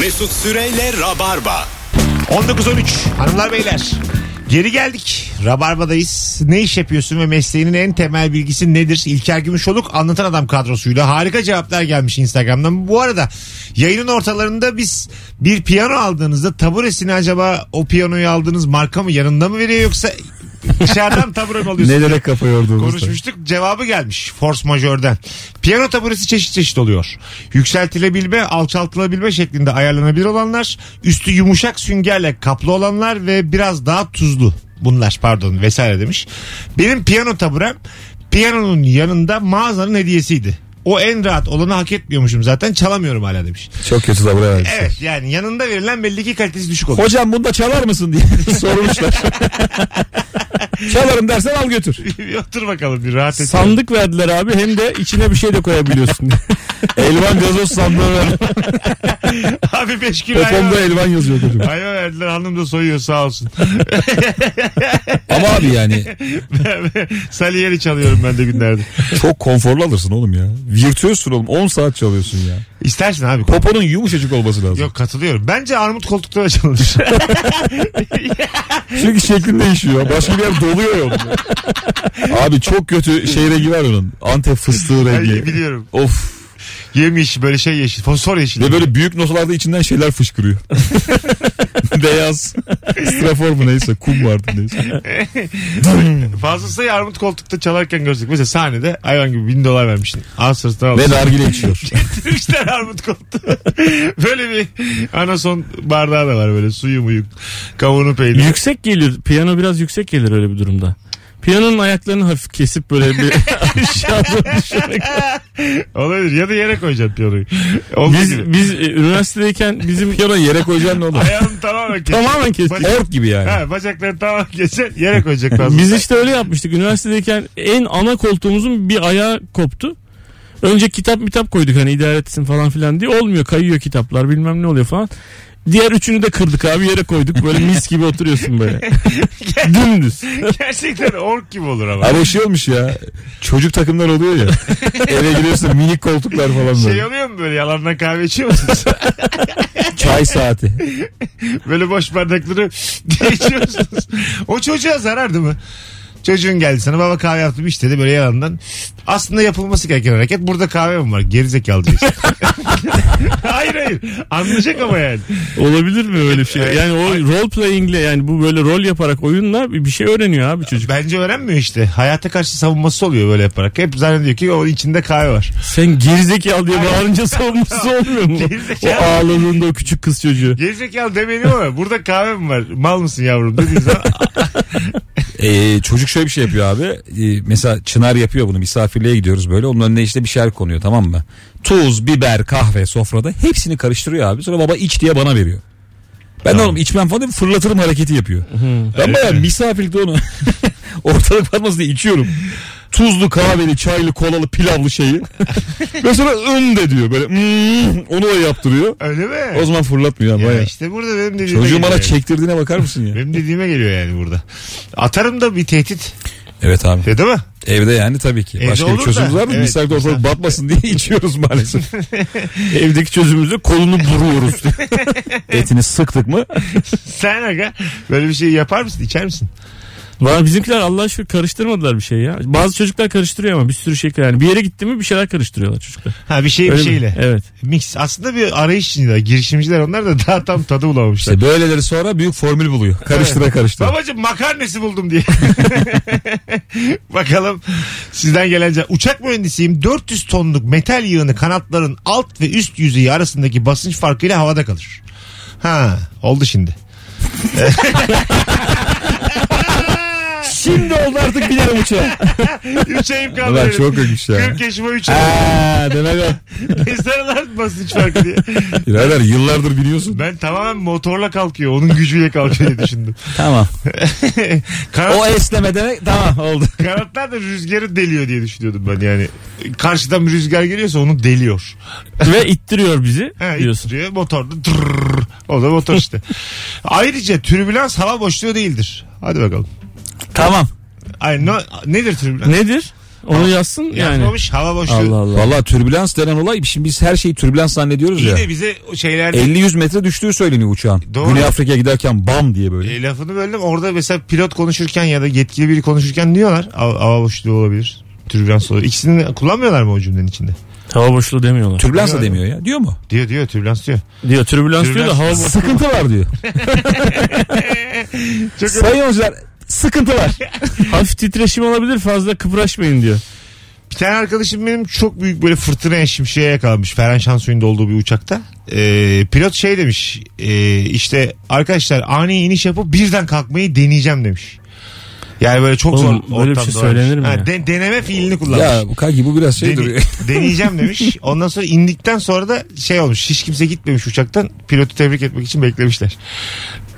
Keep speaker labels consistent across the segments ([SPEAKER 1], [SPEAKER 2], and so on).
[SPEAKER 1] Mesut Süreyle Rabarba.
[SPEAKER 2] 19.13 hanımlar beyler. Geri geldik. Rabarba'dayız. Ne iş yapıyorsun ve mesleğinin en temel bilgisi nedir? İlker Gümüşoluk anlatan adam kadrosuyla harika cevaplar gelmiş Instagram'dan. Bu arada yayının ortalarında biz bir piyano aldığınızda taburesini acaba o piyanoyu aldığınız marka mı yanında mı veriyor yoksa dışarıdan tabure mi alıyorsunuz?
[SPEAKER 3] Nelere kafa yorduğumuzda.
[SPEAKER 2] Konuşmuştuk cevabı gelmiş force majörden. Piyano taburesi çeşit çeşit oluyor. Yükseltilebilme, alçaltılabilme şeklinde ayarlanabilir olanlar, üstü yumuşak süngerle kaplı olanlar ve biraz daha tuzlu bunlar pardon vesaire demiş. Benim piyano taburem piyanonun yanında mağazanın hediyesiydi. O en rahat olanı hak etmiyormuşum zaten çalamıyorum hala demiş.
[SPEAKER 3] Çok kötü tabure vermişler.
[SPEAKER 2] Evet yani yanında verilen belli ki kalitesi düşük oluyor.
[SPEAKER 3] E, Hocam bunda çalar mısın diye sormuşlar. Çalarım dersen al götür.
[SPEAKER 2] Bir Otur bakalım bir rahat et.
[SPEAKER 3] Sandık verdiler abi hem de içine bir şey de koyabiliyorsun. elvan gazoz sandığı ver.
[SPEAKER 2] Abi 5 kilo ayva,
[SPEAKER 3] Popomda elvan yazıyor dedim.
[SPEAKER 2] ayva verdiler hanım da soyuyor sağ olsun.
[SPEAKER 3] Ama abi yani
[SPEAKER 2] Salieri çalıyorum ben de günlerde.
[SPEAKER 3] çok konforlu alırsın oğlum ya. Virtüözsün oğlum 10 saat çalıyorsun ya.
[SPEAKER 2] İstersin abi.
[SPEAKER 3] Poponun yumuşacık olması lazım.
[SPEAKER 2] Yok katılıyorum. Bence armut koltuklara çalınır.
[SPEAKER 3] Çünkü şeklin değişiyor. Başka bir yer doluyor ya onun. Abi çok kötü şey rengi var onun. Antep fıstığı rengi.
[SPEAKER 2] Ay, biliyorum.
[SPEAKER 3] Of.
[SPEAKER 2] Yemiş böyle şey yeşil. Fosfor yeşil.
[SPEAKER 3] Ve böyle büyük notalarda içinden şeyler fışkırıyor. Beyaz. Strafor mu neyse. Kum vardı neyse.
[SPEAKER 2] Fazlasıyla armut koltukta çalarken gördük. Mesela sahnede hayvan gibi bin dolar vermiştin. Al sırtına al.
[SPEAKER 3] Ve nargile içiyor.
[SPEAKER 2] Getirmişler armut koltuğu. böyle bir anason bardağı da var böyle suyu muyuk. Kavunu peyniri.
[SPEAKER 4] Yüksek gelir. Piyano biraz yüksek gelir öyle bir durumda. Piyanonun ayaklarını hafif kesip böyle bir aşağı doğru düşürmek.
[SPEAKER 2] Olabilir. Ya da yere koyacaksın piyanoyu. Olduğu gibi.
[SPEAKER 4] Biz, biz e, üniversitedeyken bizim
[SPEAKER 3] Piyano yere koyacaksın ne olur.
[SPEAKER 2] Ayağını tamamen kes.
[SPEAKER 4] tamamen kestik.
[SPEAKER 3] Ork gibi yani.
[SPEAKER 2] Ha, bacaklarını tamamen keser yere koyacak lazım.
[SPEAKER 4] Biz işte öyle yapmıştık. Üniversitedeyken en ana koltuğumuzun bir ayağı koptu. Önce kitap mitap koyduk hani idare etsin falan filan diye. Olmuyor kayıyor kitaplar bilmem ne oluyor falan. Diğer üçünü de kırdık abi yere koyduk. Böyle mis gibi oturuyorsun böyle. Dümdüz.
[SPEAKER 2] Gerçekten ork gibi olur ama.
[SPEAKER 3] Abi şey olmuş ya. Çocuk takımlar oluyor ya. Eve giriyorsun minik koltuklar falan
[SPEAKER 2] Şey
[SPEAKER 3] böyle.
[SPEAKER 2] oluyor mu böyle yalandan kahve içiyor musunuz?
[SPEAKER 3] Çay saati.
[SPEAKER 2] böyle boş bardakları diye içiyorsunuz. O çocuğa zarardı mı? Çocuğun geldi sana baba kahve yaptım işte dedi böyle yalandan. Aslında yapılması gereken hareket burada kahve mi var gerizekalı diyorsun. hayır hayır anlayacak ama yani.
[SPEAKER 4] Olabilir mi öyle bir şey? Yani o role playing'le yani bu böyle rol yaparak oyunla bir bir şey öğreniyor abi çocuk.
[SPEAKER 2] Bence öğrenmiyor işte hayata karşı savunması oluyor böyle yaparak. Hep zannediyor ki o içinde kahve var.
[SPEAKER 4] Sen gerizekalı diye bağırınca savunması olmuyor mu? O
[SPEAKER 2] Gerizekalı.
[SPEAKER 4] ağladığında o küçük kız çocuğu.
[SPEAKER 2] Gerizekalı demeyin ama burada kahve mi var mal mısın yavrum dediğin zaman
[SPEAKER 3] Ee, çocuk şöyle bir şey yapıyor abi. Ee, mesela Çınar yapıyor bunu. Misafirliğe gidiyoruz böyle. Onun önüne işte bir şeyler konuyor tamam mı? Tuz, biber, kahve sofrada. Hepsini karıştırıyor abi. Sonra baba iç diye bana veriyor. Ben de oğlum içmem falan değil mi? Fırlatırım hareketi yapıyor. Ben baya misafirlikte onu ortalık batmasın diye içiyorum. Tuzlu, kahveli, çaylı, kolalı, pilavlı şeyi. Ve sonra ın de diyor böyle. "Mm", onu da yaptırıyor.
[SPEAKER 2] öyle mi?
[SPEAKER 3] O zaman fırlatmıyor
[SPEAKER 2] Ya
[SPEAKER 3] baya.
[SPEAKER 2] işte burada benim dediğime
[SPEAKER 3] Çocuğun
[SPEAKER 2] geliyor
[SPEAKER 3] bana
[SPEAKER 2] yani.
[SPEAKER 3] çektirdiğine bakar mısın ya?
[SPEAKER 2] Benim dediğime geliyor yani burada. Atarım da bir tehdit.
[SPEAKER 3] Evet abi.
[SPEAKER 2] Ya Değil mi?
[SPEAKER 3] Evde yani tabii ki.
[SPEAKER 2] Evde
[SPEAKER 3] Başka bir
[SPEAKER 2] olur
[SPEAKER 3] çözümümüz
[SPEAKER 2] da.
[SPEAKER 3] var mı?
[SPEAKER 2] Evet,
[SPEAKER 3] Misafirde ortalık batmasın diye içiyoruz maalesef.
[SPEAKER 4] Evdeki çözümümüzde kolunu vuruyoruz.
[SPEAKER 3] Etini sıktık mı?
[SPEAKER 2] Sen aga böyle bir şey yapar mısın? İçer misin?
[SPEAKER 4] Valla bizimkiler Allah şükür karıştırmadılar bir şey ya. Bazı çocuklar karıştırıyor ama bir sürü şey yani. Bir yere gitti mi bir şeyler karıştırıyorlar çocuklar.
[SPEAKER 2] Ha bir şey
[SPEAKER 4] Öyle
[SPEAKER 2] bir
[SPEAKER 4] mi?
[SPEAKER 2] şeyle.
[SPEAKER 4] Evet.
[SPEAKER 2] Mix. Aslında bir arayış içindeler. Girişimciler onlar da daha tam tadı bulamamışlar.
[SPEAKER 3] İşte böyleleri sonra büyük formül buluyor. Karıştıra karıştıra.
[SPEAKER 2] Babacım makarnesi buldum diye. Bakalım sizden gelen cevap. Uçak mühendisiyim. 400 tonluk metal yığını kanatların alt ve üst yüzeyi arasındaki basınç farkıyla havada kalır. Ha oldu şimdi.
[SPEAKER 3] Şimdi oldu artık binerim uçağa.
[SPEAKER 2] 3 kaldı.
[SPEAKER 3] Ulan
[SPEAKER 2] benim.
[SPEAKER 3] çok ölmüş ya.
[SPEAKER 2] 40 yaşıma 3
[SPEAKER 3] Aa, demek o.
[SPEAKER 2] Esnarlar basınç farkı diye.
[SPEAKER 3] Birader yıllardır biliyorsun.
[SPEAKER 2] Ben tamamen motorla kalkıyor. Onun gücüyle kalkıyor diye düşündüm.
[SPEAKER 3] Tamam.
[SPEAKER 2] Kanat,
[SPEAKER 3] esneme demek tamam oldu.
[SPEAKER 2] kanatlar da rüzgarı deliyor diye düşünüyordum ben yani. Karşıdan bir rüzgar geliyorsa onu deliyor.
[SPEAKER 4] Ve ittiriyor bizi
[SPEAKER 2] He,
[SPEAKER 4] diyorsun.
[SPEAKER 2] ittiriyor, motor da tırrrr. O da motor işte. Ayrıca türbülans hava boşluğu değildir. Hadi bakalım.
[SPEAKER 3] Tamam.
[SPEAKER 2] Ay, no- nedir türbülans?
[SPEAKER 4] Nedir? Onu yazsın yani.
[SPEAKER 2] Yapmamış hava boşluğu.
[SPEAKER 4] Allah Allah.
[SPEAKER 3] Valla türbülans denen olay şimdi biz her şeyi türbülans zannediyoruz
[SPEAKER 2] İyi
[SPEAKER 3] ya.
[SPEAKER 2] de bize o şeylerde
[SPEAKER 3] 50-100 metre düştüğü söyleniyor uçağın.
[SPEAKER 2] Doğru.
[SPEAKER 3] Güney Afrika'ya giderken bam diye böyle.
[SPEAKER 2] E, lafını böldüm. Orada mesela pilot konuşurken ya da yetkili biri konuşurken diyorlar. Hava hava boşluğu olabilir. Türbülans olabilir. İkisini kullanmıyorlar mı o cümlenin içinde?
[SPEAKER 4] Hava boşluğu demiyorlar.
[SPEAKER 3] Türbülans da
[SPEAKER 2] Bilmiyorum.
[SPEAKER 3] demiyor ya. Diyor mu?
[SPEAKER 2] Diyor diyor türbülans diyor.
[SPEAKER 4] diyor türbülans, diyor da
[SPEAKER 2] Türbülans.
[SPEAKER 4] hava boşluğu.
[SPEAKER 3] Sıkıntı var diyor.
[SPEAKER 2] Çok
[SPEAKER 3] Sayın yolcular sıkıntı var.
[SPEAKER 4] Hafif titreşim olabilir fazla kıpraşmayın diyor.
[SPEAKER 2] Bir tane arkadaşım benim çok büyük böyle fırtınaya şimşeye yakalanmış. Ferhan Şansoy'un olduğu bir uçakta. Ee, pilot şey demiş. ee, işte arkadaşlar ani iniş yapıp birden kalkmayı deneyeceğim demiş. Yani böyle çok
[SPEAKER 4] Oğlum,
[SPEAKER 2] zor
[SPEAKER 4] böyle bir
[SPEAKER 2] ortamda
[SPEAKER 4] şey söylenir mi
[SPEAKER 2] olmuş.
[SPEAKER 4] ya?
[SPEAKER 2] de- deneme fiilini kullanmış.
[SPEAKER 3] ya kanki bu biraz şey
[SPEAKER 2] Deni-
[SPEAKER 3] duruyor.
[SPEAKER 2] deneyeceğim demiş. Ondan sonra indikten sonra da şey olmuş. Hiç kimse gitmemiş uçaktan. Pilotu tebrik etmek için beklemişler.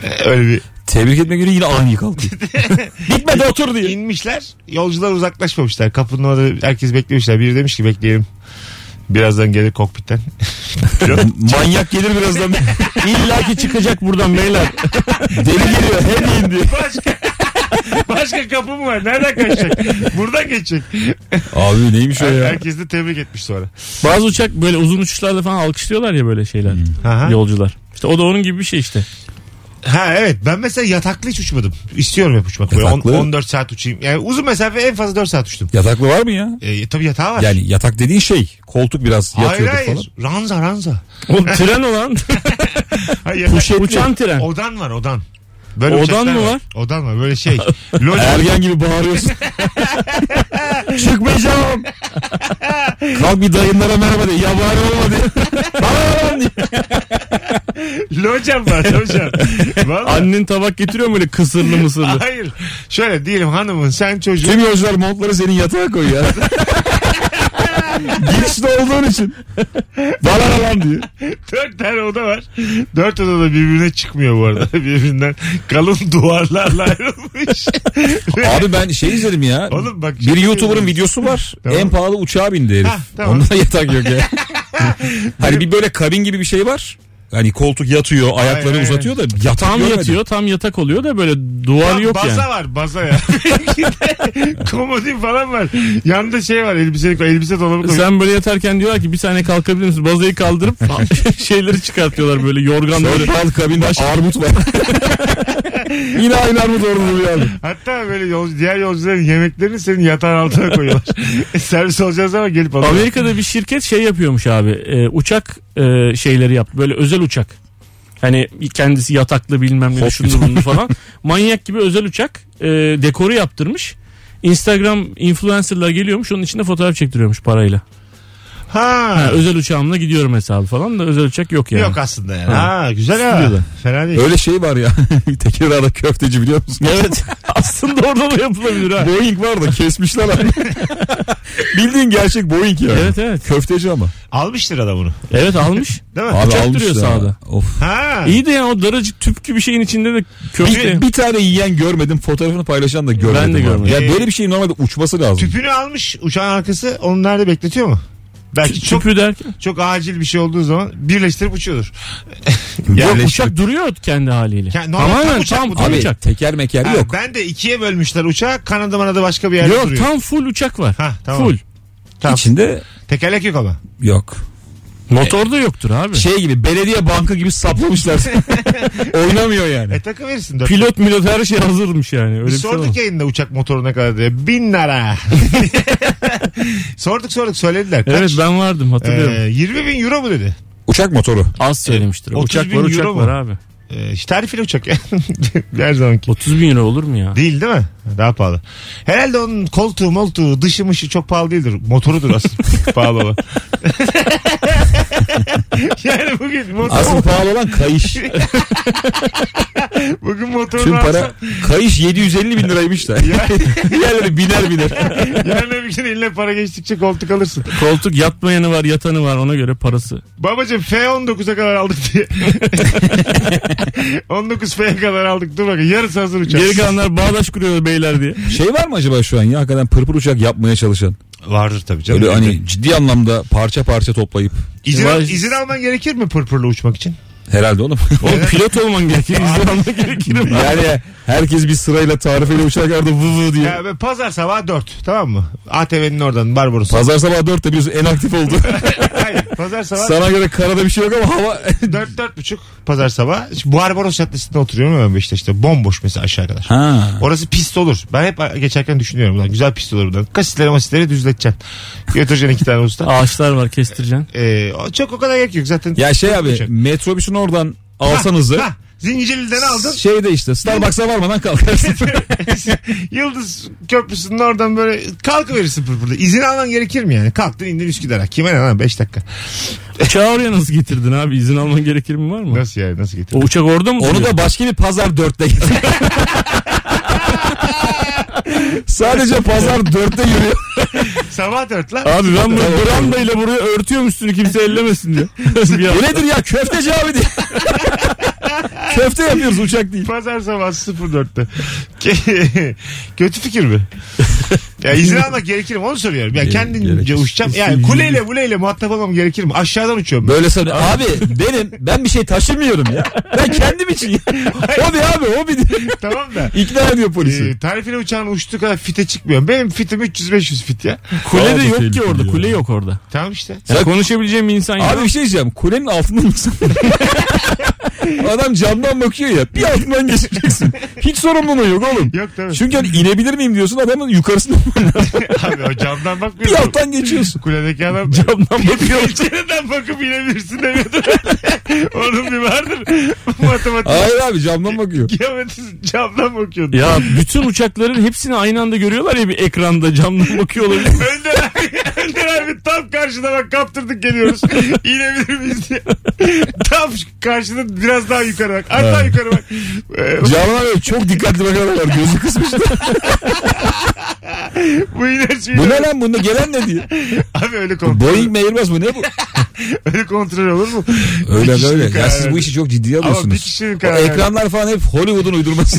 [SPEAKER 2] Ee, Öyle bir
[SPEAKER 3] Tebrik etmek üzere yine ani kalkıyor. Bitmedi otur diyor.
[SPEAKER 2] İnmişler. Yolcular uzaklaşmamışlar. Kapının orada herkes beklemişler. Biri demiş ki bekleyelim. Birazdan gelir kokpitten.
[SPEAKER 3] Manyak gelir birazdan.
[SPEAKER 4] İlla ki çıkacak buradan beyler.
[SPEAKER 3] Deli geliyor. Hem indi.
[SPEAKER 2] Başka, başka kapım var. Nereden kaçacak? Buradan geçecek.
[SPEAKER 3] Abi neymiş o ya?
[SPEAKER 2] Herkes de tebrik etmiş sonra.
[SPEAKER 4] Bazı uçak böyle uzun uçuşlarda falan alkışlıyorlar ya böyle şeyler.
[SPEAKER 2] Hmm. Aha.
[SPEAKER 4] Yolcular. İşte o da onun gibi bir şey işte.
[SPEAKER 2] Ha evet ben mesela yataklı hiç uçmadım. İstiyorum hep uçmak. Böyle on-
[SPEAKER 3] Yataklı?
[SPEAKER 2] 14 saat uçayım. Yani uzun mesafe en fazla 4 saat uçtum.
[SPEAKER 3] Yataklı var mı ya?
[SPEAKER 2] E, tabii yatağı var.
[SPEAKER 3] Yani yatak dediğin şey. Koltuk biraz
[SPEAKER 2] hayır
[SPEAKER 3] yatıyordu
[SPEAKER 2] hayır.
[SPEAKER 3] falan.
[SPEAKER 2] Ranza ranza.
[SPEAKER 4] O tren olan
[SPEAKER 2] Hayır, yatak-
[SPEAKER 4] Puşetli. Uçan tren.
[SPEAKER 2] Odan var odan. Böyle
[SPEAKER 4] Odan
[SPEAKER 2] uçaklar
[SPEAKER 4] mı var?
[SPEAKER 2] Odan var böyle şey. Loca
[SPEAKER 3] Ergen gibi bağırıyorsun. Çıkmayacağım. Kalk bir dayınlara merhaba de. Ya bari olma de. Bağırın diye.
[SPEAKER 2] Locam var locam. Vallahi.
[SPEAKER 4] annen tabak getiriyor mu böyle kısırlı mısırlı.
[SPEAKER 2] Hayır. Şöyle diyelim hanımın sen çocuğun.
[SPEAKER 3] Tüm yolcular montları senin yatağa koyuyor. Girişte olduğun için. Bana lan diyor.
[SPEAKER 2] Dört tane oda var. Dört oda da birbirine çıkmıyor bu arada. Birbirinden kalın duvarlarla ayrılmış. Ve-
[SPEAKER 3] Abi ben şey izledim ya.
[SPEAKER 2] Oğlum bak- şey
[SPEAKER 3] bir YouTuber'ın videosu var.
[SPEAKER 2] Tamam.
[SPEAKER 3] En pahalı uçağa bindi herif.
[SPEAKER 2] Hah, tamam.
[SPEAKER 3] Onda yatak yok ya. hani bir böyle kabin gibi bir şey var. Hani koltuk yatıyor, ayakları
[SPEAKER 2] ay, ay.
[SPEAKER 3] uzatıyor da yatak
[SPEAKER 4] Tam
[SPEAKER 3] görmedim.
[SPEAKER 4] yatıyor tam yatak oluyor da böyle duvar
[SPEAKER 2] Tam
[SPEAKER 4] yok
[SPEAKER 2] baza
[SPEAKER 4] yani.
[SPEAKER 2] var baza ya. Benimkinde Komodin falan var. Yanında şey var elbiselik var. Elbise dolabı koyuyor.
[SPEAKER 4] Sen böyle yatarken diyorlar ki bir saniye kalkabilir misin? Bazayı kaldırıp şeyleri çıkartıyorlar böyle yorgan böyle.
[SPEAKER 3] Sonra kabinde armut var. Yine aynı armut orada duruyor abi.
[SPEAKER 2] Hatta böyle yol, diğer yolcuların yemeklerini senin yatağın altına koyuyorlar. E, Servis olacağız ama gelip alıyorlar.
[SPEAKER 4] Amerika'da bir şirket şey yapıyormuş abi. e, uçak e, şeyleri yaptı. Böyle özel uçak. Hani kendisi yataklı bilmem ne
[SPEAKER 3] Hop.
[SPEAKER 4] şunlu bunlu falan. Manyak gibi özel uçak e, dekoru yaptırmış. Instagram influencerlar geliyormuş onun içinde fotoğraf çektiriyormuş parayla. Ha,
[SPEAKER 2] Ha.
[SPEAKER 4] özel uçağımla gidiyorum hesabı falan da özel uçak yok yani.
[SPEAKER 2] Yok aslında yani. Ha, güzel ha.
[SPEAKER 4] Stüdyoda.
[SPEAKER 2] Fena değil.
[SPEAKER 3] Öyle şey var ya. Tekirdağ'da köfteci biliyor musun?
[SPEAKER 4] Evet aslında orada da yapılabilir ha.
[SPEAKER 3] Boeing var da kesmişler abi. Bildiğin gerçek Boeing ya.
[SPEAKER 4] Evet evet.
[SPEAKER 3] Köfteci ama.
[SPEAKER 2] Almıştır adam onu.
[SPEAKER 4] Evet almış.
[SPEAKER 2] Değil mi?
[SPEAKER 3] Abi
[SPEAKER 4] Uçak
[SPEAKER 3] almış
[SPEAKER 4] duruyor
[SPEAKER 3] ya.
[SPEAKER 4] sahada.
[SPEAKER 3] Of.
[SPEAKER 2] Ha.
[SPEAKER 4] İyi de ya o daracık tüp gibi şeyin içinde de köfte.
[SPEAKER 3] Bir, bir tane yiyen görmedim. Fotoğrafını paylaşan da görmedim.
[SPEAKER 4] şey- Ben de
[SPEAKER 3] abi.
[SPEAKER 4] görmedim.
[SPEAKER 3] Ya
[SPEAKER 2] Ee,
[SPEAKER 3] böyle bir şey normalde uçması lazım.
[SPEAKER 2] Tüpünü almış uçağın arkası onu nerede bekletiyor mu? Belki çok
[SPEAKER 4] Tüpü derken.
[SPEAKER 2] çok acil bir şey olduğu zaman birleştirip uçuyordur.
[SPEAKER 4] Ya
[SPEAKER 3] Böyle
[SPEAKER 4] uçak duruyor kendi haliyle.
[SPEAKER 2] Ya normal tam
[SPEAKER 4] Tamamen
[SPEAKER 2] uçak
[SPEAKER 4] tam
[SPEAKER 2] bu
[SPEAKER 4] tam
[SPEAKER 3] Abi
[SPEAKER 4] uçak.
[SPEAKER 3] teker meker
[SPEAKER 2] Ha,
[SPEAKER 3] yok.
[SPEAKER 2] Ben de ikiye bölmüşler uçağı. Kanadı manada başka bir yerde
[SPEAKER 4] Yok
[SPEAKER 2] duruyor.
[SPEAKER 4] tam full uçak var.
[SPEAKER 2] Ha, tamam.
[SPEAKER 4] Full.
[SPEAKER 2] Tamam.
[SPEAKER 3] İçinde
[SPEAKER 2] Tekerlek yok ama.
[SPEAKER 3] yok.
[SPEAKER 4] Motor da yoktur abi.
[SPEAKER 3] Şey gibi belediye banka gibi saplamışlar. Oynamıyor yani.
[SPEAKER 2] E takı verirsin. Dört.
[SPEAKER 4] Pilot milot her şey hazırmış yani. Öyle bir
[SPEAKER 2] Biz
[SPEAKER 4] şey
[SPEAKER 2] sorduk
[SPEAKER 4] olmaz.
[SPEAKER 2] yayında uçak motoru ne kadar diye. Bin lira. sorduk sorduk söylediler. Kaç?
[SPEAKER 4] Evet ben vardım hatırlıyorum.
[SPEAKER 2] Ee, 20 bin euro mu dedi?
[SPEAKER 3] Uçak motoru.
[SPEAKER 4] Az söylemiştir.
[SPEAKER 2] 30
[SPEAKER 4] Uçak
[SPEAKER 2] bin
[SPEAKER 4] var
[SPEAKER 2] euro
[SPEAKER 4] uçak
[SPEAKER 2] mu?
[SPEAKER 4] var abi.
[SPEAKER 2] Ee, işte tarifli uçak ya. Her zamanki.
[SPEAKER 4] 30 bin euro olur mu ya?
[SPEAKER 2] Değil değil mi? Daha pahalı. Herhalde onun koltuğu moltuğu dışı mışı çok pahalı değildir. Motorudur aslında pahalı olan. yani bugün motor,
[SPEAKER 3] Asıl pahalı olan kayış.
[SPEAKER 2] bugün motorunu
[SPEAKER 3] Tüm
[SPEAKER 2] alsan,
[SPEAKER 3] para kayış 750 bin liraymış da. Diğerleri biner biner.
[SPEAKER 2] yarın öbür gün eline para geçtikçe koltuk alırsın.
[SPEAKER 4] Koltuk yatmayanı var yatanı var ona göre parası.
[SPEAKER 2] Babacım F19'a kadar aldık diye. 19F'ye kadar aldık. Dur bakın yarısı hazır uçak.
[SPEAKER 4] Geri kalanlar bağdaş kuruyor beyler diye.
[SPEAKER 3] Şey var mı acaba şu an ya hakikaten pırpır uçak yapmaya çalışan?
[SPEAKER 2] Vardır tabii canım.
[SPEAKER 3] hani Böyle hani ciddi anlamda parça parça toplayıp.
[SPEAKER 2] izin,
[SPEAKER 4] Var.
[SPEAKER 2] izin alman gerekir mi pırpırla uçmak için?
[SPEAKER 3] Herhalde oğlum.
[SPEAKER 4] Oğlum pilot olman gerekir. izin alman gerekir. mi?
[SPEAKER 3] yani herkes bir sırayla tarifeli uçaklarda vı vı diye.
[SPEAKER 2] Ya ve pazar sabah 4 tamam mı? ATV'nin oradan Barbaros.
[SPEAKER 3] Pazar sabah 4'te biliyorsun en aktif oldu.
[SPEAKER 2] Hayır, pazar sabah
[SPEAKER 3] Sana göre karada bir şey yok ama hava...
[SPEAKER 2] Dört dört buçuk pazar sabah. Şimdi Barbaros Caddesi'nde oturuyorum ben Beşiktaş'ta. Bomboş mesela aşağı kadar.
[SPEAKER 3] ha.
[SPEAKER 2] Orası pist olur. Ben hep geçerken düşünüyorum. Ulan güzel pist olur buradan. Kasitleri masitleri düzleteceksin. Götüreceksin iki tane usta.
[SPEAKER 4] Ağaçlar var kestireceksin.
[SPEAKER 2] Ee, o çok o kadar gerek yok zaten.
[SPEAKER 3] Ya şey abi
[SPEAKER 2] Uçak.
[SPEAKER 3] metrobüsün oradan alsanızı
[SPEAKER 2] Ha, Zincirli'den aldın.
[SPEAKER 3] şey de işte Starbucks'a varmadan kalkarsın.
[SPEAKER 2] Yıldız Köprüsü'nün oradan böyle kalkıverirsin pır pırda. İzin alman gerekir mi yani? Kalktın indin Üsküdar'a. Kime ne lan 5 dakika.
[SPEAKER 4] Uçağı oraya nasıl getirdin abi? İzin alman gerekir mi var mı?
[SPEAKER 2] Nasıl yani nasıl getirdin?
[SPEAKER 4] O uçak orada mı?
[SPEAKER 3] Onu
[SPEAKER 4] duruyor?
[SPEAKER 3] da başka bir pazar dörtte getir. Sadece pazar dörtte yürüyor.
[SPEAKER 2] Sabah 4 lan.
[SPEAKER 4] Abi ben bunu brandayla buraya örtüyorum üstünü kimse ellemesin diye. Bir
[SPEAKER 3] Bu
[SPEAKER 4] an-
[SPEAKER 3] nedir ya köfteci abi diye. Köfte yapıyoruz uçak değil.
[SPEAKER 2] Pazar sabah 04'te. Ke- Kötü fikir mi? ya izin almak gerekir mi? Onu soruyorum. Ya
[SPEAKER 3] Gerek-
[SPEAKER 2] kendince
[SPEAKER 3] gerekir.
[SPEAKER 2] uçacağım. Yani kuleyle kuleyle muhatap olmam gerekir mi? Aşağıdan uçuyorum. Ben.
[SPEAKER 3] Böyle sen abi benim ben bir şey taşımıyorum ya. Ben kendim için. ya. Hobi abi hobi. diye.
[SPEAKER 2] tamam da.
[SPEAKER 3] İkna ediyor polisi.
[SPEAKER 2] E, tarifine uçağın uçtuğu kadar fite çıkmıyor. Benim fitim 300-500 fit ya.
[SPEAKER 4] Kule de
[SPEAKER 3] Abi
[SPEAKER 4] yok ki
[SPEAKER 3] tehlikeli
[SPEAKER 4] orada.
[SPEAKER 3] ya.
[SPEAKER 4] Kule yok orada.
[SPEAKER 2] Tamam işte.
[SPEAKER 4] Ya konuşabileceğim bir insan yok.
[SPEAKER 3] Abi bir şey diyeceğim. Kulenin altında mısın? Adam camdan bakıyor ya. Bir altından geçeceksin. Hiç sorumluluğu yok oğlum.
[SPEAKER 2] Yok tabii.
[SPEAKER 3] Çünkü hani inebilir miyim diyorsun adamın yukarısından
[SPEAKER 2] Abi o camdan
[SPEAKER 3] bir
[SPEAKER 2] bakmıyor.
[SPEAKER 3] alttan geçiyorsun.
[SPEAKER 2] Kuledeki adam
[SPEAKER 4] Camdan bakıyor.
[SPEAKER 2] pencereden bakıp inebilirsin demiyordur. Onun bir vardır. Matematik.
[SPEAKER 3] Hayır abi camdan bakıyor.
[SPEAKER 2] Geometri camdan bakıyordu.
[SPEAKER 4] ya bütün uçakların hepsini aynı anda görüyorlar ya bir ekranda camdan bakıyor olabilir.
[SPEAKER 2] Önder abi, Önder abi tam karşıda bak kaptırdık geliyoruz. İnebilir miyiz diye. Tam karşıda biraz daha yukarı bak. Az daha yukarı bak. Ee,
[SPEAKER 3] Camdan böyle çok dikkatli bakıyorlar gözü kısmış.
[SPEAKER 2] bu iner şu
[SPEAKER 3] bu
[SPEAKER 2] iner.
[SPEAKER 3] ne lan bunda gelen ne diye.
[SPEAKER 2] Abi öyle kontrol,
[SPEAKER 3] Boeing mi Airbus mu ne bu?
[SPEAKER 2] öyle kontrol olur mu?
[SPEAKER 3] Öyle
[SPEAKER 2] Bir kişinin
[SPEAKER 3] böyle. Ya
[SPEAKER 2] karar
[SPEAKER 3] siz bu işi çok ciddiye
[SPEAKER 2] Ama bir
[SPEAKER 3] alıyorsunuz.
[SPEAKER 2] kişinin
[SPEAKER 3] O
[SPEAKER 2] kararı.
[SPEAKER 3] ekranlar falan hep Hollywood'un uydurması.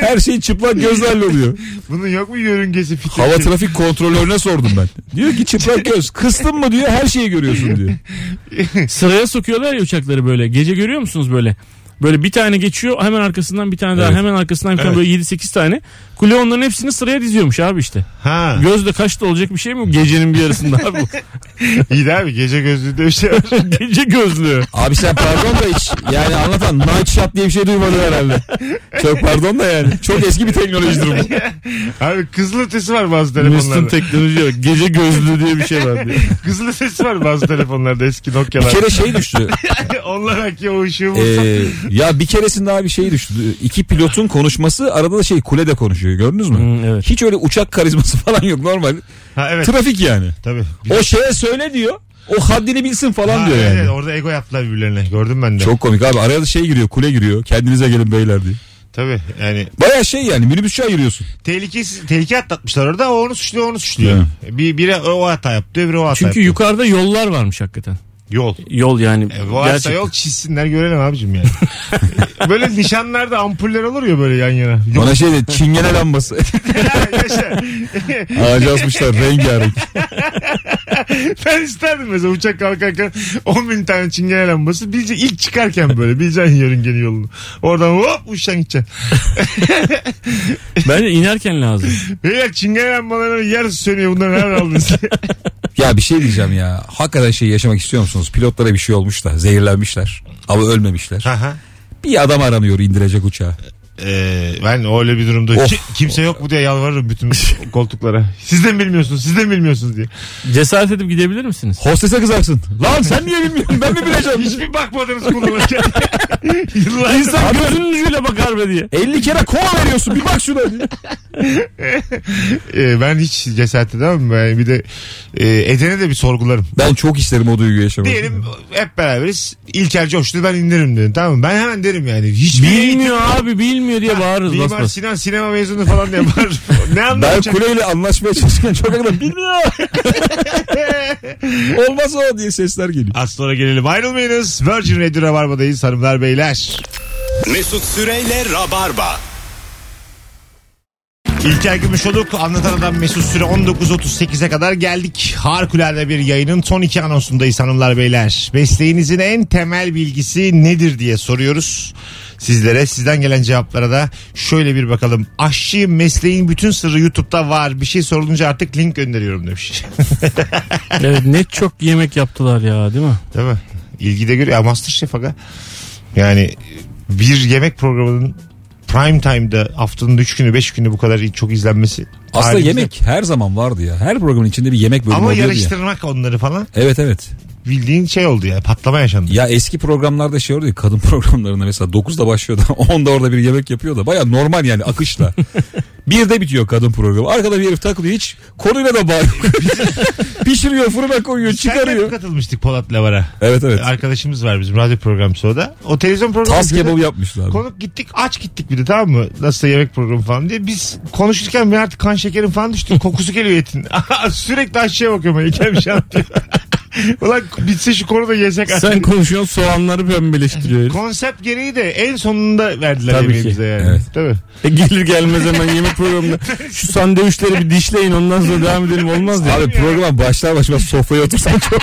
[SPEAKER 3] Her şey çıplak gözlerle oluyor.
[SPEAKER 2] Bunun yok mu yörüngesi fikri?
[SPEAKER 3] Hava trafik kontrolörüne sordum ben. Diyor ki çıplak göz. Kıstın mı diyor her şeyi görüyorsun diyor.
[SPEAKER 4] Sıraya sokuyorlar ya uçakları böyle. Gece görüyor musunuz böyle? Böyle bir tane geçiyor hemen arkasından bir tane daha
[SPEAKER 3] Evet.
[SPEAKER 4] hemen arkasından bir tane
[SPEAKER 2] Evet.
[SPEAKER 4] böyle 7-8 tane. Kule onların hepsini sıraya diziyormuş abi işte.
[SPEAKER 2] ha.
[SPEAKER 4] Gözde kaçta olacak bir şey mi bu? gecenin bir yarısında abi? bu?
[SPEAKER 2] İyi de abi gece gözlüğünde bir şey var.
[SPEAKER 4] Gece gözlüğü.
[SPEAKER 3] Abi sen pardon da hiç yani anlatan night shot diye bir şey duymadın herhalde. Çok pardon da yani. Çok eski bir teknolojidir bu.
[SPEAKER 2] Abi kızıl ötesi var bazı
[SPEAKER 4] Mesut'un
[SPEAKER 2] telefonlarda.
[SPEAKER 4] teknoloji yok. Gece gözlüğü diye bir şey var diyor.
[SPEAKER 2] Kızıl ötesi var bazı telefonlarda eski
[SPEAKER 3] Bir
[SPEAKER 2] Nokia'larda.
[SPEAKER 3] kere şey düştü.
[SPEAKER 2] Onlar belki o ışığı
[SPEAKER 3] Ee,
[SPEAKER 2] bulsa.
[SPEAKER 3] ya bir keresinde abi şey düştü. İki pilotun konuşması arada da şey kulede konuşuyor gördünüz mü?
[SPEAKER 4] Hmm, evet.
[SPEAKER 3] Hiç öyle uçak karizması falan yok normal.
[SPEAKER 2] Ha evet
[SPEAKER 3] Trafik yani.
[SPEAKER 2] tabii.
[SPEAKER 3] O şeye söyle diyor. O haddini bilsin falan
[SPEAKER 2] Ha,
[SPEAKER 3] diyor
[SPEAKER 2] evet,
[SPEAKER 3] yani.
[SPEAKER 2] evet, orada ego yaptılar birbirlerine. Gördüm ben de.
[SPEAKER 3] Çok komik abi araya da şey giriyor kule giriyor kendinize gelin beyler diye.
[SPEAKER 2] Tabii yani
[SPEAKER 3] Baya şey yani minibüsçü ayırıyorsun.
[SPEAKER 2] tehlikesiz, tehlike atlatmışlar orada. O onu suçluyor, onu suçluyor. E, Bir, biri o hata yaptı, öbürü o hata
[SPEAKER 4] Çünkü
[SPEAKER 2] yaptı.
[SPEAKER 4] yukarıda yollar varmış hakikaten.
[SPEAKER 2] Yol.
[SPEAKER 4] Yol yani.
[SPEAKER 2] E, varsa
[SPEAKER 4] Gerçekten.
[SPEAKER 2] yol çizsinler görelim abicim yani. E, böyle nişanlarda ampuller olur ya böyle yan yana. Yok.
[SPEAKER 3] Bana şey de çingene lambası.
[SPEAKER 2] Yaşa.
[SPEAKER 3] Ağaca asmışlar rengarenk.
[SPEAKER 2] ben isterdim mesela uçak kalkarken 10 bin tane çingene lambası. Bilece ilk çıkarken böyle bileceksin yörüngenin yolunu. Oradan hop uçacaksın gideceksin.
[SPEAKER 4] Bence inerken lazım.
[SPEAKER 2] Beyler çingene lambalarının yarısı sönüyor bunların her aldınız.
[SPEAKER 3] Ya bir şey diyeceğim ya. Hakikaten şey yaşamak istiyor musunuz? Pilotlara bir şey olmuş da zehirlenmişler. Ama ölmemişler.
[SPEAKER 2] Aha.
[SPEAKER 3] Bir adam aranıyor indirecek uçağı.
[SPEAKER 2] Ee, ben öyle bir durumda
[SPEAKER 3] Of.
[SPEAKER 2] ki- kimse yok mu diye yalvarırım bütün koltuklara. Siz de mi bilmiyorsunuz, siz de mi bilmiyorsunuz diye.
[SPEAKER 4] Cesaret edip gidebilir misiniz?
[SPEAKER 3] Hostese kızarsın. Lan sen niye bilmiyorsun ben mi bileceğim?
[SPEAKER 2] Hiçbir bakmadınız kullanırken. Yıllardır.
[SPEAKER 4] İnsan gözünün ucuyla bakar be diye.
[SPEAKER 3] 50 kere kova veriyorsun bir bak şuna. diye.
[SPEAKER 2] Ee, ben hiç cesaret edemem. Ben bir de e, edene de bir sorgularım.
[SPEAKER 3] Ben çok isterim o duyguyu yaşamak.
[SPEAKER 2] Diyelim hep beraberiz. İlker coştu ben indirim dedim. Tamam mı? Ben hemen derim yani. Hiç
[SPEAKER 4] Bilmiyor abi bilmiyor diye bağırırız bas
[SPEAKER 2] Mimar
[SPEAKER 4] bas.
[SPEAKER 2] Sinan sinema mezunu falan diye bağırır. ne
[SPEAKER 3] Ben
[SPEAKER 2] anlayacak?
[SPEAKER 3] kuleyle anlaşmaya çalışırken çok hakikaten bilmiyor. Olmaz o diye sesler geliyor.
[SPEAKER 2] Az sonra gelelim ayrılmayınız. Virgin Radio Rabarba'dayız hanımlar beyler.
[SPEAKER 1] Mesut Süreyle Rabarba.
[SPEAKER 2] İlker Gümüşoluk anlatan adam Mesut Süre 19.38'e kadar geldik. Harikulade bir yayının son iki anonsundayız hanımlar beyler. Mesleğinizin en temel bilgisi nedir diye soruyoruz sizlere. Sizden gelen cevaplara da şöyle bir bakalım. Aşçı mesleğin bütün sırrı YouTube'da var. Bir şey sorulunca artık link gönderiyorum demiş.
[SPEAKER 4] Evet ne çok yemek yaptılar ya değil mi?
[SPEAKER 2] Değil mi? İlgi de görüyor. Ya Masterchef aga. Yani bir yemek programının prime time'da haftanın 3 günü 5 günü bu kadar çok izlenmesi.
[SPEAKER 3] Aslında
[SPEAKER 2] Harika.
[SPEAKER 3] yemek her zaman vardı ya. Her programın içinde bir yemek bölümü
[SPEAKER 2] Ama
[SPEAKER 3] oluyordu ya.
[SPEAKER 2] yarıştırmak onları falan
[SPEAKER 3] Evet evet.
[SPEAKER 2] bildiğin şey oldu ya patlama yaşandı.
[SPEAKER 3] Ya eski programlarda şey oluyordu ya, kadın programlarında mesela 9'da başlıyordu 10'da orada bir yemek yapıyor da baya normal yani akışla. bir de bitiyor kadın programı. Arkada bir herif takılıyor hiç konuyla da bağırıyor. Pişiriyor fırına koyuyor
[SPEAKER 2] Sen de
[SPEAKER 3] çıkarıyor.
[SPEAKER 2] katılmıştık Polat Lavar'a.
[SPEAKER 3] Evet evet.
[SPEAKER 2] Arkadaşımız var bizim radyo programcısı o da. O televizyon programı.
[SPEAKER 3] Tas kebabı yapmışlar.
[SPEAKER 2] Konuk gittik aç gittik bir de tamam mı? Nasıl yemek programı falan diye. Biz konuşurken ben artık kan şekerim falan düştü. Kokusu geliyor etin. Sürekli aşçıya bakıyorum. ben, İlker bir şey anlatıyor. Ulan bitse şu konu da yesek artık.
[SPEAKER 4] Sen konuşuyorsun soğanları pembeleştiriyor. herif.
[SPEAKER 2] Konsept gereği de en sonunda verdiler
[SPEAKER 4] Tabii
[SPEAKER 2] yemeği
[SPEAKER 4] ki.
[SPEAKER 2] bize yani.
[SPEAKER 3] Evet.
[SPEAKER 2] Değil mi?
[SPEAKER 4] E, Gelir gelmez hemen yemek programına şu sandviçleri bir dişleyin ondan sonra devam edelim olmaz diye.
[SPEAKER 3] Abi programa başlar başlamaz sofraya otursan çok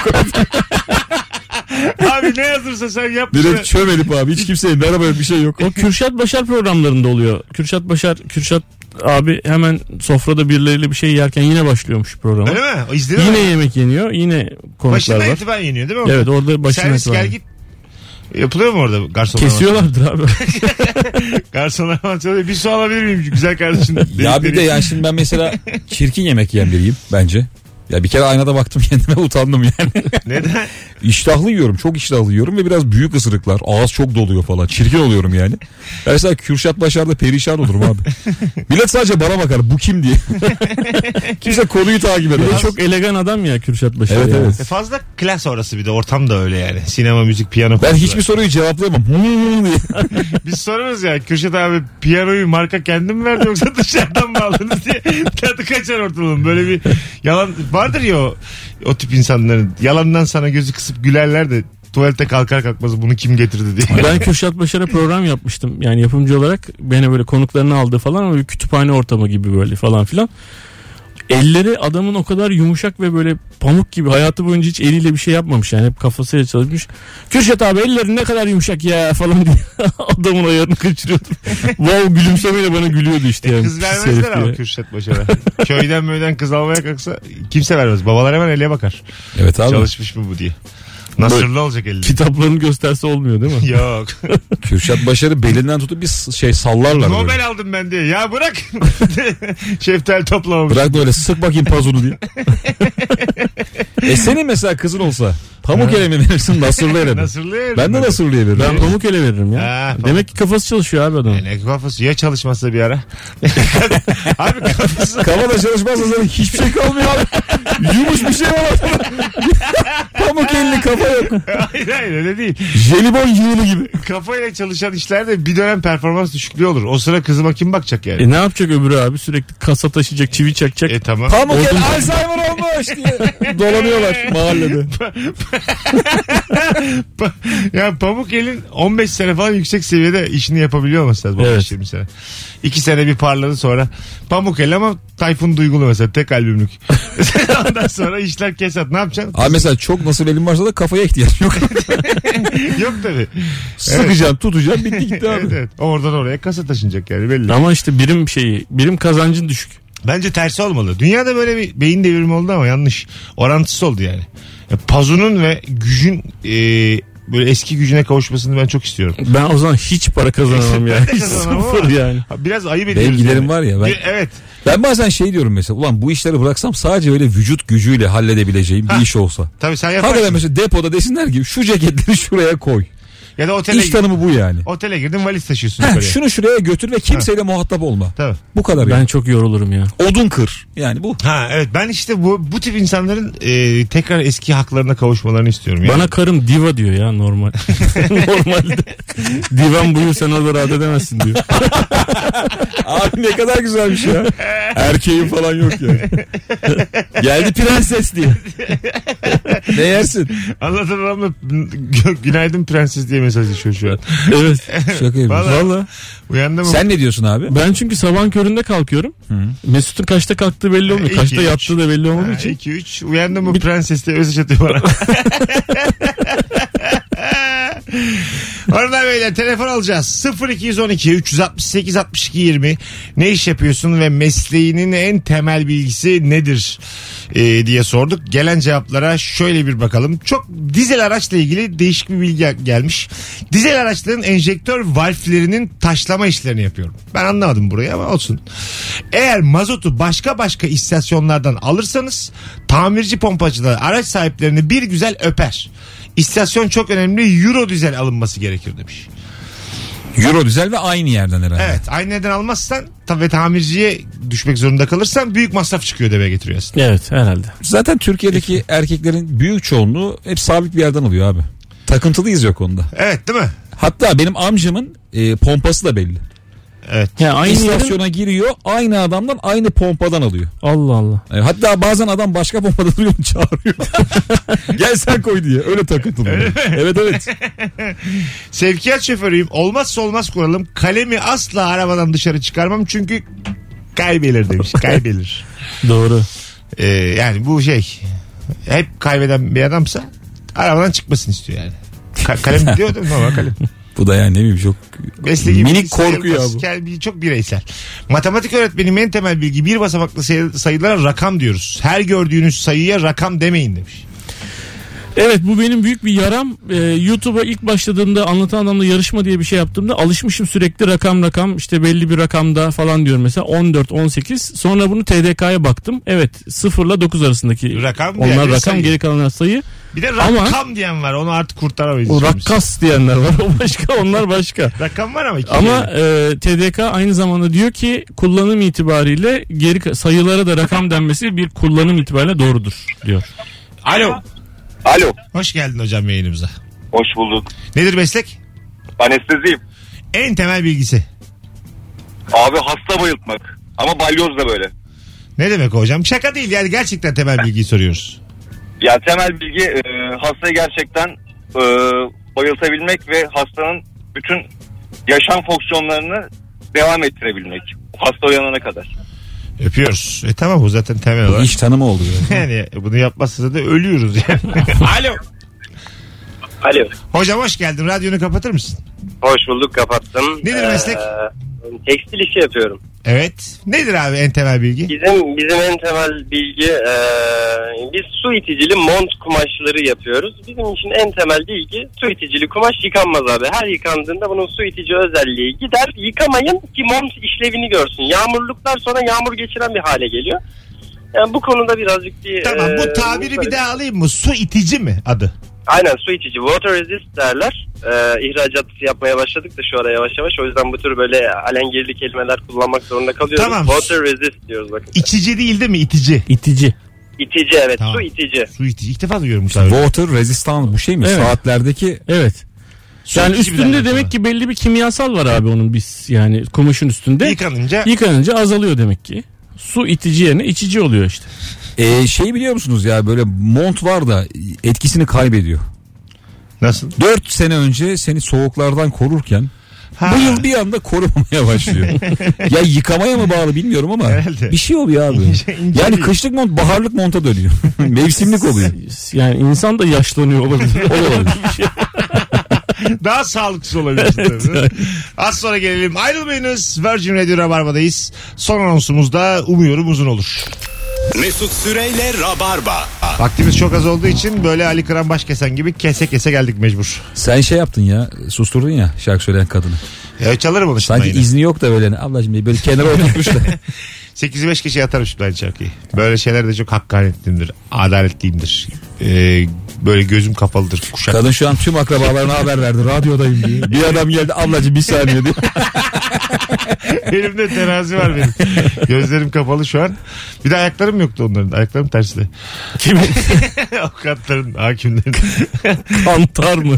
[SPEAKER 2] Abi ne yazırsa sen yap.
[SPEAKER 3] direkt çömelip abi hiç kimseye merhaba yok, bir şey yok.
[SPEAKER 4] O Kürşat Başar programlarında oluyor. Kürşat Başar, Kürşat abi hemen sofrada birileriyle bir şey yerken yine başlıyormuş programa.
[SPEAKER 2] Öyle mi? O izlenir
[SPEAKER 4] Yine
[SPEAKER 2] mi?
[SPEAKER 4] yemek yeniyor, yine konuklar
[SPEAKER 2] Başından
[SPEAKER 4] var.
[SPEAKER 2] itibaren yeniyor değil mi?
[SPEAKER 4] Evet orada başına
[SPEAKER 2] Servis gel
[SPEAKER 4] etmen.
[SPEAKER 2] git. Yapılıyor mu orada garson?
[SPEAKER 4] Kesiyorlardır abi.
[SPEAKER 2] Garsonlar falan çalıyor. Bir su alabilir miyim güzel kardeşim?
[SPEAKER 3] Ya bir de yani şimdi ben mesela çirkin yemek yiyen biriyim bence. Ya bir kere aynada baktım kendime utandım yani.
[SPEAKER 2] Neden?
[SPEAKER 3] İştahlı yiyorum. Çok iştahlı yiyorum ve biraz büyük ısırıklar. Ağız çok doluyor falan. Çirkin oluyorum yani. Ya Mesela Kürşat Başar'da perişan olurum abi. Millet sadece bana bakar. Bu kim diye. Kimse konuyu takip
[SPEAKER 4] Bir de
[SPEAKER 3] edemez.
[SPEAKER 4] çok elegan adam ya Kürşat Başar.
[SPEAKER 3] Evet,
[SPEAKER 4] ya.
[SPEAKER 3] evet.
[SPEAKER 2] E fazla klas orası bir de ortam da öyle yani. Sinema, müzik, piyano.
[SPEAKER 3] Ben
[SPEAKER 2] konusu
[SPEAKER 3] hiçbir
[SPEAKER 2] var.
[SPEAKER 3] soruyu cevaplayamam. Hı hı hı diye.
[SPEAKER 2] Biz sorarız ya Kürşat abi piyanoyu marka kendim mi verdi yoksa dışarıdan mı aldınız diye tadı kaçar ortalığın. Böyle bir yalan vardır ya o, o tip insanların. Yalandan sana gözü kısıp gülerler de tuvalete kalkar kalkmaz bunu kim getirdi diye.
[SPEAKER 4] Ben Kürşat Başar'a program yapmıştım. Yani yapımcı olarak beni böyle konuklarını aldı falan ama bir kütüphane ortamı gibi böyle falan filan. Elleri adamın o kadar yumuşak ve böyle pamuk gibi hayatı boyunca hiç eliyle bir şey yapmamış yani hep kafasıyla çalışmış. Kürşat abi ellerin ne kadar yumuşak ya falan diye adamın ayarını kaçırıyordum. wow gülümsemeyle bana gülüyordu işte yani.
[SPEAKER 2] E, Kız
[SPEAKER 4] Pis herif
[SPEAKER 2] vermezler ama
[SPEAKER 4] diye.
[SPEAKER 2] Kürşat Başar'a. Köyden möyden kız almaya kalksa kimse vermez. Babalar hemen ele bakar.
[SPEAKER 3] Evet abi.
[SPEAKER 2] Çalışmış mı bu diye. Nasırlı olacak elde.
[SPEAKER 4] Kitaplarını gösterse olmuyor değil mi?
[SPEAKER 2] Yok.
[SPEAKER 3] Kürşat Başar'ı belinden tutup bir s- şey sallarlar. böyle.
[SPEAKER 2] Nobel aldım ben diye. Ya bırak. Şeftali toplamamış.
[SPEAKER 3] Bırak da öyle sık bakayım pazunu diye. e senin mesela kızın olsa pamuk ele mi verirsin nasırlı ele mi?
[SPEAKER 2] Nasırlı yerim.
[SPEAKER 3] Ben de nasırlı ele
[SPEAKER 4] Ben
[SPEAKER 3] veririm.
[SPEAKER 4] pamuk ele veririm ya.
[SPEAKER 2] Ha, pamuk.
[SPEAKER 4] Demek ki kafası çalışıyor abi adamın.
[SPEAKER 2] Ne kafası ya çalışmazsa bir ara. Abi kafası
[SPEAKER 3] Kafada çalışmazsa zaten hiçbir şey kalmıyor abi. Yumuş bir şey var. Pamuk elli kafa yok.
[SPEAKER 2] hayır hayır öyle değil.
[SPEAKER 3] Jelibon yığını gibi.
[SPEAKER 2] Kafayla çalışan işlerde bir dönem performans düşüklüğü olur. O sıra kızıma kim bakacak yani?
[SPEAKER 4] E ne yapacak öbürü abi sürekli kasa taşıyacak çivi çakacak.
[SPEAKER 2] E tamam.
[SPEAKER 3] Pamuk el Alzheimer olmuş diye. Dolanıyorlar mahallede.
[SPEAKER 2] ya Pamuk elin 15 sene falan yüksek seviyede işini yapabiliyor olması lazım.
[SPEAKER 4] Evet.
[SPEAKER 2] 15-20 sene. 2 sene bir parladı sonra Pamuk el ama Tayfun Duygulu mesela tek albümlük. Ondan sonra işler kesat. Ne yapacaksın?
[SPEAKER 3] Abi mesela çok nasıl elin varsa da kafaya ihtiyaç yok.
[SPEAKER 2] Yok tabii.
[SPEAKER 3] Sıkacaksın tutacaksın bitti gitti
[SPEAKER 2] Evet,
[SPEAKER 3] abi.
[SPEAKER 2] evet. Oradan oraya kasa taşınacak yani
[SPEAKER 3] E-
[SPEAKER 2] belli.
[SPEAKER 4] Ama işte birim şeyi, birim kazancın düşük.
[SPEAKER 2] Bence tersi olmalı. Dünyada böyle bir beyin devrimi oldu ama yanlış. Orantısız oldu yani. Ya Pazunun ve gücün e, böyle eski gücüne kavuşmasını ben çok istiyorum.
[SPEAKER 4] Ben o zaman hiç para kazanamam ya.
[SPEAKER 2] Ben de
[SPEAKER 4] Hiç
[SPEAKER 2] kazanamam
[SPEAKER 4] sıfır
[SPEAKER 2] ama.
[SPEAKER 4] yani.
[SPEAKER 2] Ha, Biraz ayıp ediyoruz.
[SPEAKER 3] Benim giderim
[SPEAKER 2] yani.
[SPEAKER 3] var ya ben,
[SPEAKER 2] Bir- Evet.
[SPEAKER 3] ben bazen şey diyorum mesela ulan bu işleri bıraksam sadece böyle vücut gücüyle halledebileceğim bir
[SPEAKER 2] Ha.
[SPEAKER 3] iş olsa.
[SPEAKER 2] Tabii sen
[SPEAKER 3] Hakikaten
[SPEAKER 2] yaparsın.
[SPEAKER 3] mesela depoda desinler ki şu ceketleri şuraya koy.
[SPEAKER 2] Ya da otele,
[SPEAKER 3] İş tanımı bu yani.
[SPEAKER 2] otele girdin valiz taşıyorsun.
[SPEAKER 3] Ha,
[SPEAKER 2] yukarıya.
[SPEAKER 3] şunu şuraya götür ve kimseyle muhatap olma.
[SPEAKER 2] Tabii.
[SPEAKER 3] Bu kadar yani.
[SPEAKER 4] Ben çok yorulurum ya.
[SPEAKER 3] Odun kır. Yani bu.
[SPEAKER 2] Ha evet ben işte bu bu tip insanların e, tekrar eski haklarına kavuşmalarını istiyorum. Yani.
[SPEAKER 4] Bana karım diva diyor ya normal. Normalde. Divan buyu sen orada rahat edemezsin diyor.
[SPEAKER 3] Abi ne kadar güzelmiş ya. Erkeğin falan yok ya. Geldi prenses diye. ne yersin?
[SPEAKER 2] Anlatan adamla günaydın prenses diye mesaj geçiyor şu an.
[SPEAKER 4] Evet.
[SPEAKER 3] Şaka yapıyorum.
[SPEAKER 2] Vallahi.
[SPEAKER 4] Valla.
[SPEAKER 2] Uyandı mı?
[SPEAKER 3] Sen ne diyorsun abi?
[SPEAKER 4] Ben çünkü sabahın köründe kalkıyorum. Mesut'un kaçta kalktığı belli
[SPEAKER 3] E,
[SPEAKER 4] olmuyor.
[SPEAKER 2] İki,
[SPEAKER 4] Kaçta
[SPEAKER 2] üç.
[SPEAKER 4] yattığı da belli olmadığı için.
[SPEAKER 2] 2 3 uyandı mı prenses diye mesaj atıyor bana. Hanımlar beyler telefon alacağız. 0212 368 62 20 ne iş yapıyorsun ve mesleğinin en temel bilgisi nedir Ee, diye sorduk. Gelen cevaplara şöyle bir bakalım. Çok dizel araçla ilgili değişik bir bilgi gel- gelmiş. Dizel araçların enjektör valflerinin taşlama işlerini yapıyorum. Ben anlamadım burayı ama olsun. Eğer mazotu başka başka istasyonlardan alırsanız tamirci pompacılar araç sahiplerini bir güzel öper. İstasyon çok önemli. Euro dizel alınması gerekir demiş.
[SPEAKER 3] Euro dizel ve aynı yerden herhalde.
[SPEAKER 2] Evet aynı neden almazsan tabii ve tamirciye düşmek zorunda kalırsan büyük masraf çıkıyor demeye getiriyorsun.
[SPEAKER 4] Evet herhalde.
[SPEAKER 3] Zaten Türkiye'deki erkeklerin büyük çoğunluğu hep sabit bir yerden alıyor abi. Takıntılıyız yok onda.
[SPEAKER 2] Evet değil mi?
[SPEAKER 3] Hatta benim amcamın e, pompası da belli.
[SPEAKER 2] Evet.
[SPEAKER 4] Ya aynı yerin...
[SPEAKER 3] İstasyona giriyor aynı adamdan aynı pompadan alıyor.
[SPEAKER 4] Allah Allah.
[SPEAKER 3] E, hatta bazen adam başka pompada duruyor çağırıyor. Gel sen koy diye öyle takıntılı. evet evet.
[SPEAKER 2] Sevkiyat şoförüyüm. Olmazsa olmaz kuralım. Kalemi asla arabadan dışarı çıkarmam çünkü kaybelir demiş. Kaybelir.
[SPEAKER 4] Doğru.
[SPEAKER 2] Ee, yani bu şey hep kaybeden bir adamsa arabadan çıkmasın istiyor yani. Ka- kalem diyor değil mi? Normal kalem.
[SPEAKER 3] Bu da yani ne bileyim çok
[SPEAKER 2] Mesleki
[SPEAKER 3] minik
[SPEAKER 2] bilgi
[SPEAKER 3] korku ya
[SPEAKER 2] sayılmaz.
[SPEAKER 3] bu.
[SPEAKER 2] Kendi- şey çok bireysel. Matematik öğretmenim en temel bilgi bir basamaklı sayı- sayılara rakam diyoruz. Her gördüğünüz sayıya rakam demeyin demiş.
[SPEAKER 4] Evet bu benim büyük bir yaram. Ee, YouTube'a ilk başladığımda anlatan adamla yarışma diye bir şey yaptığımda alışmışım sürekli rakam rakam işte belli bir rakamda falan diyorum mesela 14 18 sonra bunu TDK'ya baktım. Evet 0 ile 9 arasındaki
[SPEAKER 2] Rakam
[SPEAKER 4] onlar
[SPEAKER 2] yani
[SPEAKER 4] rakam
[SPEAKER 2] sayı.
[SPEAKER 4] geri kalanlar sayı.
[SPEAKER 2] Bir de rakam
[SPEAKER 4] Ama-
[SPEAKER 2] diyen var. Onu artık kurtaramayız.
[SPEAKER 4] O
[SPEAKER 2] hiçbirimiz.
[SPEAKER 4] rakkas diyenler var o başka onlar başka.
[SPEAKER 2] Rakam var ama. iki
[SPEAKER 4] Ama
[SPEAKER 2] yani.
[SPEAKER 4] e, TDK aynı zamanda diyor ki kullanım itibariyle geri ka- sayılara da rakam denmesi bir kullanım itibariyle doğrudur diyor.
[SPEAKER 2] Alo.
[SPEAKER 5] Alo.
[SPEAKER 2] Hoş geldin hocam yayınımıza.
[SPEAKER 5] Hoş bulduk.
[SPEAKER 2] Nedir meslek?
[SPEAKER 5] Anesteziyim.
[SPEAKER 2] En temel bilgisi.
[SPEAKER 5] Abi hasta bayıltmak. Ama balyoz da böyle.
[SPEAKER 2] Ne demek hocam? Şaka değil yani gerçekten temel bilgiyi soruyoruz.
[SPEAKER 5] Ya temel bilgi e, hastayı gerçekten e, bayıltabilmek ve hastanın bütün yaşam fonksiyonlarını devam ettirebilmek. Hasta uyanana kadar.
[SPEAKER 2] Öpüyoruz. E tamam bu zaten temel olarak.
[SPEAKER 3] iş tanımı oluyor.
[SPEAKER 2] Yani bunu yapmazsa da ölüyoruz yani. Alo.
[SPEAKER 6] Alo.
[SPEAKER 2] Hocam hoş geldin. Radyonu kapatır mısın?
[SPEAKER 6] Hoş bulduk kapattım. Ee,
[SPEAKER 2] Nedir meslek?
[SPEAKER 6] tekstil işi yapıyorum.
[SPEAKER 2] Evet. Nedir abi en temel bilgi?
[SPEAKER 6] Bizim bizim en temel bilgi ee, biz su iticili mont kumaşları yapıyoruz. Bizim için en temel bilgi su iticili kumaş yıkanmaz abi. Her yıkandığında bunun su itici özelliği gider. Yıkamayın ki mont işlevini görsün. Yağmurluklar sonra yağmur geçiren bir hale geliyor. Yani bu konuda birazcık bir...
[SPEAKER 2] Tamam
[SPEAKER 6] ee,
[SPEAKER 2] bu tabiri bir
[SPEAKER 6] mutlaka-
[SPEAKER 2] daha alayım mı? Su itici mi adı?
[SPEAKER 6] Aynen su içici water resist derler. Ee, ihracat yapmaya başladık da şu ara yavaş yavaş. O yüzden bu tür böyle alengirli kelimeler kullanmak zorunda kalıyoruz.
[SPEAKER 2] Tamam.
[SPEAKER 6] Water resist diyoruz bakın.
[SPEAKER 2] İçici değil değil mi? İtici.
[SPEAKER 4] İtici.
[SPEAKER 6] itici evet
[SPEAKER 2] Tamam.
[SPEAKER 6] su itici.
[SPEAKER 2] Su itici. İlk defa duyuyorum bu tabiri.
[SPEAKER 3] Water resistance bu şey mi?
[SPEAKER 4] Evet.
[SPEAKER 3] Saatlerdeki
[SPEAKER 4] Evet.
[SPEAKER 2] Su
[SPEAKER 4] yani
[SPEAKER 2] itici bir
[SPEAKER 4] üstünde
[SPEAKER 2] derler
[SPEAKER 4] demek
[SPEAKER 2] sana.
[SPEAKER 4] ki belli bir kimyasal var abi onun biz yani kumaşın üstünde.
[SPEAKER 2] Yıkanınca
[SPEAKER 4] Yıkanınca azalıyor demek ki. Su itici yerine içici oluyor işte.
[SPEAKER 3] e, şey biliyor musunuz ya böyle mont var da etkisini kaybediyor.
[SPEAKER 2] nasıl?
[SPEAKER 3] 4 sene önce seni soğuklardan korurken
[SPEAKER 2] Ha.
[SPEAKER 3] bu yıl bir anda korumamaya başlıyor. ya yıkamaya mı bağlı bilmiyorum ama
[SPEAKER 2] Herhalde.
[SPEAKER 3] bir şey oluyor abi.
[SPEAKER 2] İnce- ince
[SPEAKER 3] yani
[SPEAKER 2] değil.
[SPEAKER 3] kışlık mont baharlık monta dönüyor. Mevsimlik oluyor.
[SPEAKER 4] Yani insan da yaşlanıyor olabilir. olabilir.
[SPEAKER 2] Daha sağlıksız olabilirsin tabii. Az sonra gelelim. Ayrılmayınız. Virgin Radio Rabarba'dayız. Son anonsumuz da umuyorum uzun olur.
[SPEAKER 1] Mesut Süreyle Rabarba.
[SPEAKER 2] Vaktimiz çok az olduğu için böyle Ali Kıran Başkesen gibi kese kese geldik mecbur.
[SPEAKER 3] Sen şey yaptın ya susturdun ya şarkı söyleyen kadını.
[SPEAKER 2] Ya çalarım onu şimdi
[SPEAKER 3] Sanki
[SPEAKER 2] yine.
[SPEAKER 3] izni yok da böyle hani, ablacığım böyle kenara oturmuş da.
[SPEAKER 2] 8'i 5 kişi atarım şimdi aynı şarkıyı. Böyle şeyler de çok hakkaniyetliyimdir. Adaletliyimdir. Ee, böyle gözüm kapalıdır. Kuşak.
[SPEAKER 3] Kadın şu an tüm akrabalarına haber verdi radyodayım diye. Bir adam geldi ablacığım bir saniye diye.
[SPEAKER 2] Elimde terazi var benim. Gözlerim kapalı şu an. Bir de ayaklarım yoktu onların. Ayaklarım tersli.
[SPEAKER 4] Kim?
[SPEAKER 2] Avukatların, hakimlerin.
[SPEAKER 4] Kantar mı?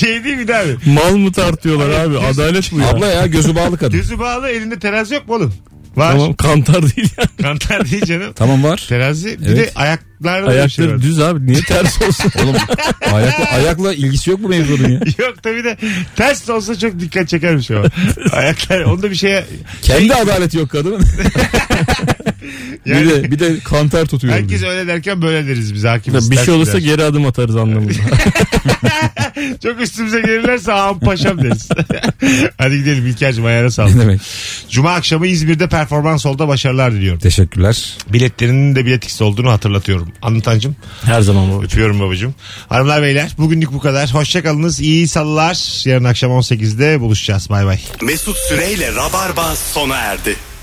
[SPEAKER 2] şey değil mi de abi?
[SPEAKER 4] Mal mı tartıyorlar abi? Adalet bu ya.
[SPEAKER 3] Abla ya gözü bağlı kadın.
[SPEAKER 2] Gözü bağlı elinde terazi yok mu oğlum? Var.
[SPEAKER 4] Tamam kantar değil yani.
[SPEAKER 2] Kantar değil canım.
[SPEAKER 3] Tamam var.
[SPEAKER 2] Terazi. Bir
[SPEAKER 3] Evet.
[SPEAKER 2] de ayaklarda da bir şey var.
[SPEAKER 4] Ayakları düz abi niye ters olsun?
[SPEAKER 3] Oğlum ayakla, ayakla ilgisi yok mu mevzunun ya?
[SPEAKER 2] Yok tabii de ters de olsa çok dikkat çeker bir şey o. Ayaklar onda bir şeye
[SPEAKER 3] Kendi adaleti yok kadının.
[SPEAKER 2] yani
[SPEAKER 3] bir de bir de kantar tutuyor.
[SPEAKER 2] herkes öyle derken böyle deriz biz hakimiz.
[SPEAKER 4] bir
[SPEAKER 2] ters
[SPEAKER 4] şey olursa
[SPEAKER 2] gider.
[SPEAKER 4] geri adım atarız anlamında.
[SPEAKER 2] Çok üstümüze gelirlerse ağam paşam deriz. Hadi gidelim İlker'cim ayağına
[SPEAKER 3] ne
[SPEAKER 2] sağlık.
[SPEAKER 3] demek?
[SPEAKER 2] Cuma akşamı İzmir'de performans oldu başarılar diliyorum.
[SPEAKER 3] Teşekkürler.
[SPEAKER 2] Biletlerinin de bilet X'de olduğunu hatırlatıyorum. Anlatancım
[SPEAKER 4] Her zaman bu.
[SPEAKER 2] öpüyorum babacığım. Hanımlar beyler bugünlük bu kadar. Hoşçakalınız iyi salılar. Yarın akşam 18'de buluşacağız bay bay.
[SPEAKER 1] Mesut Süreyle Rabarba sona erdi.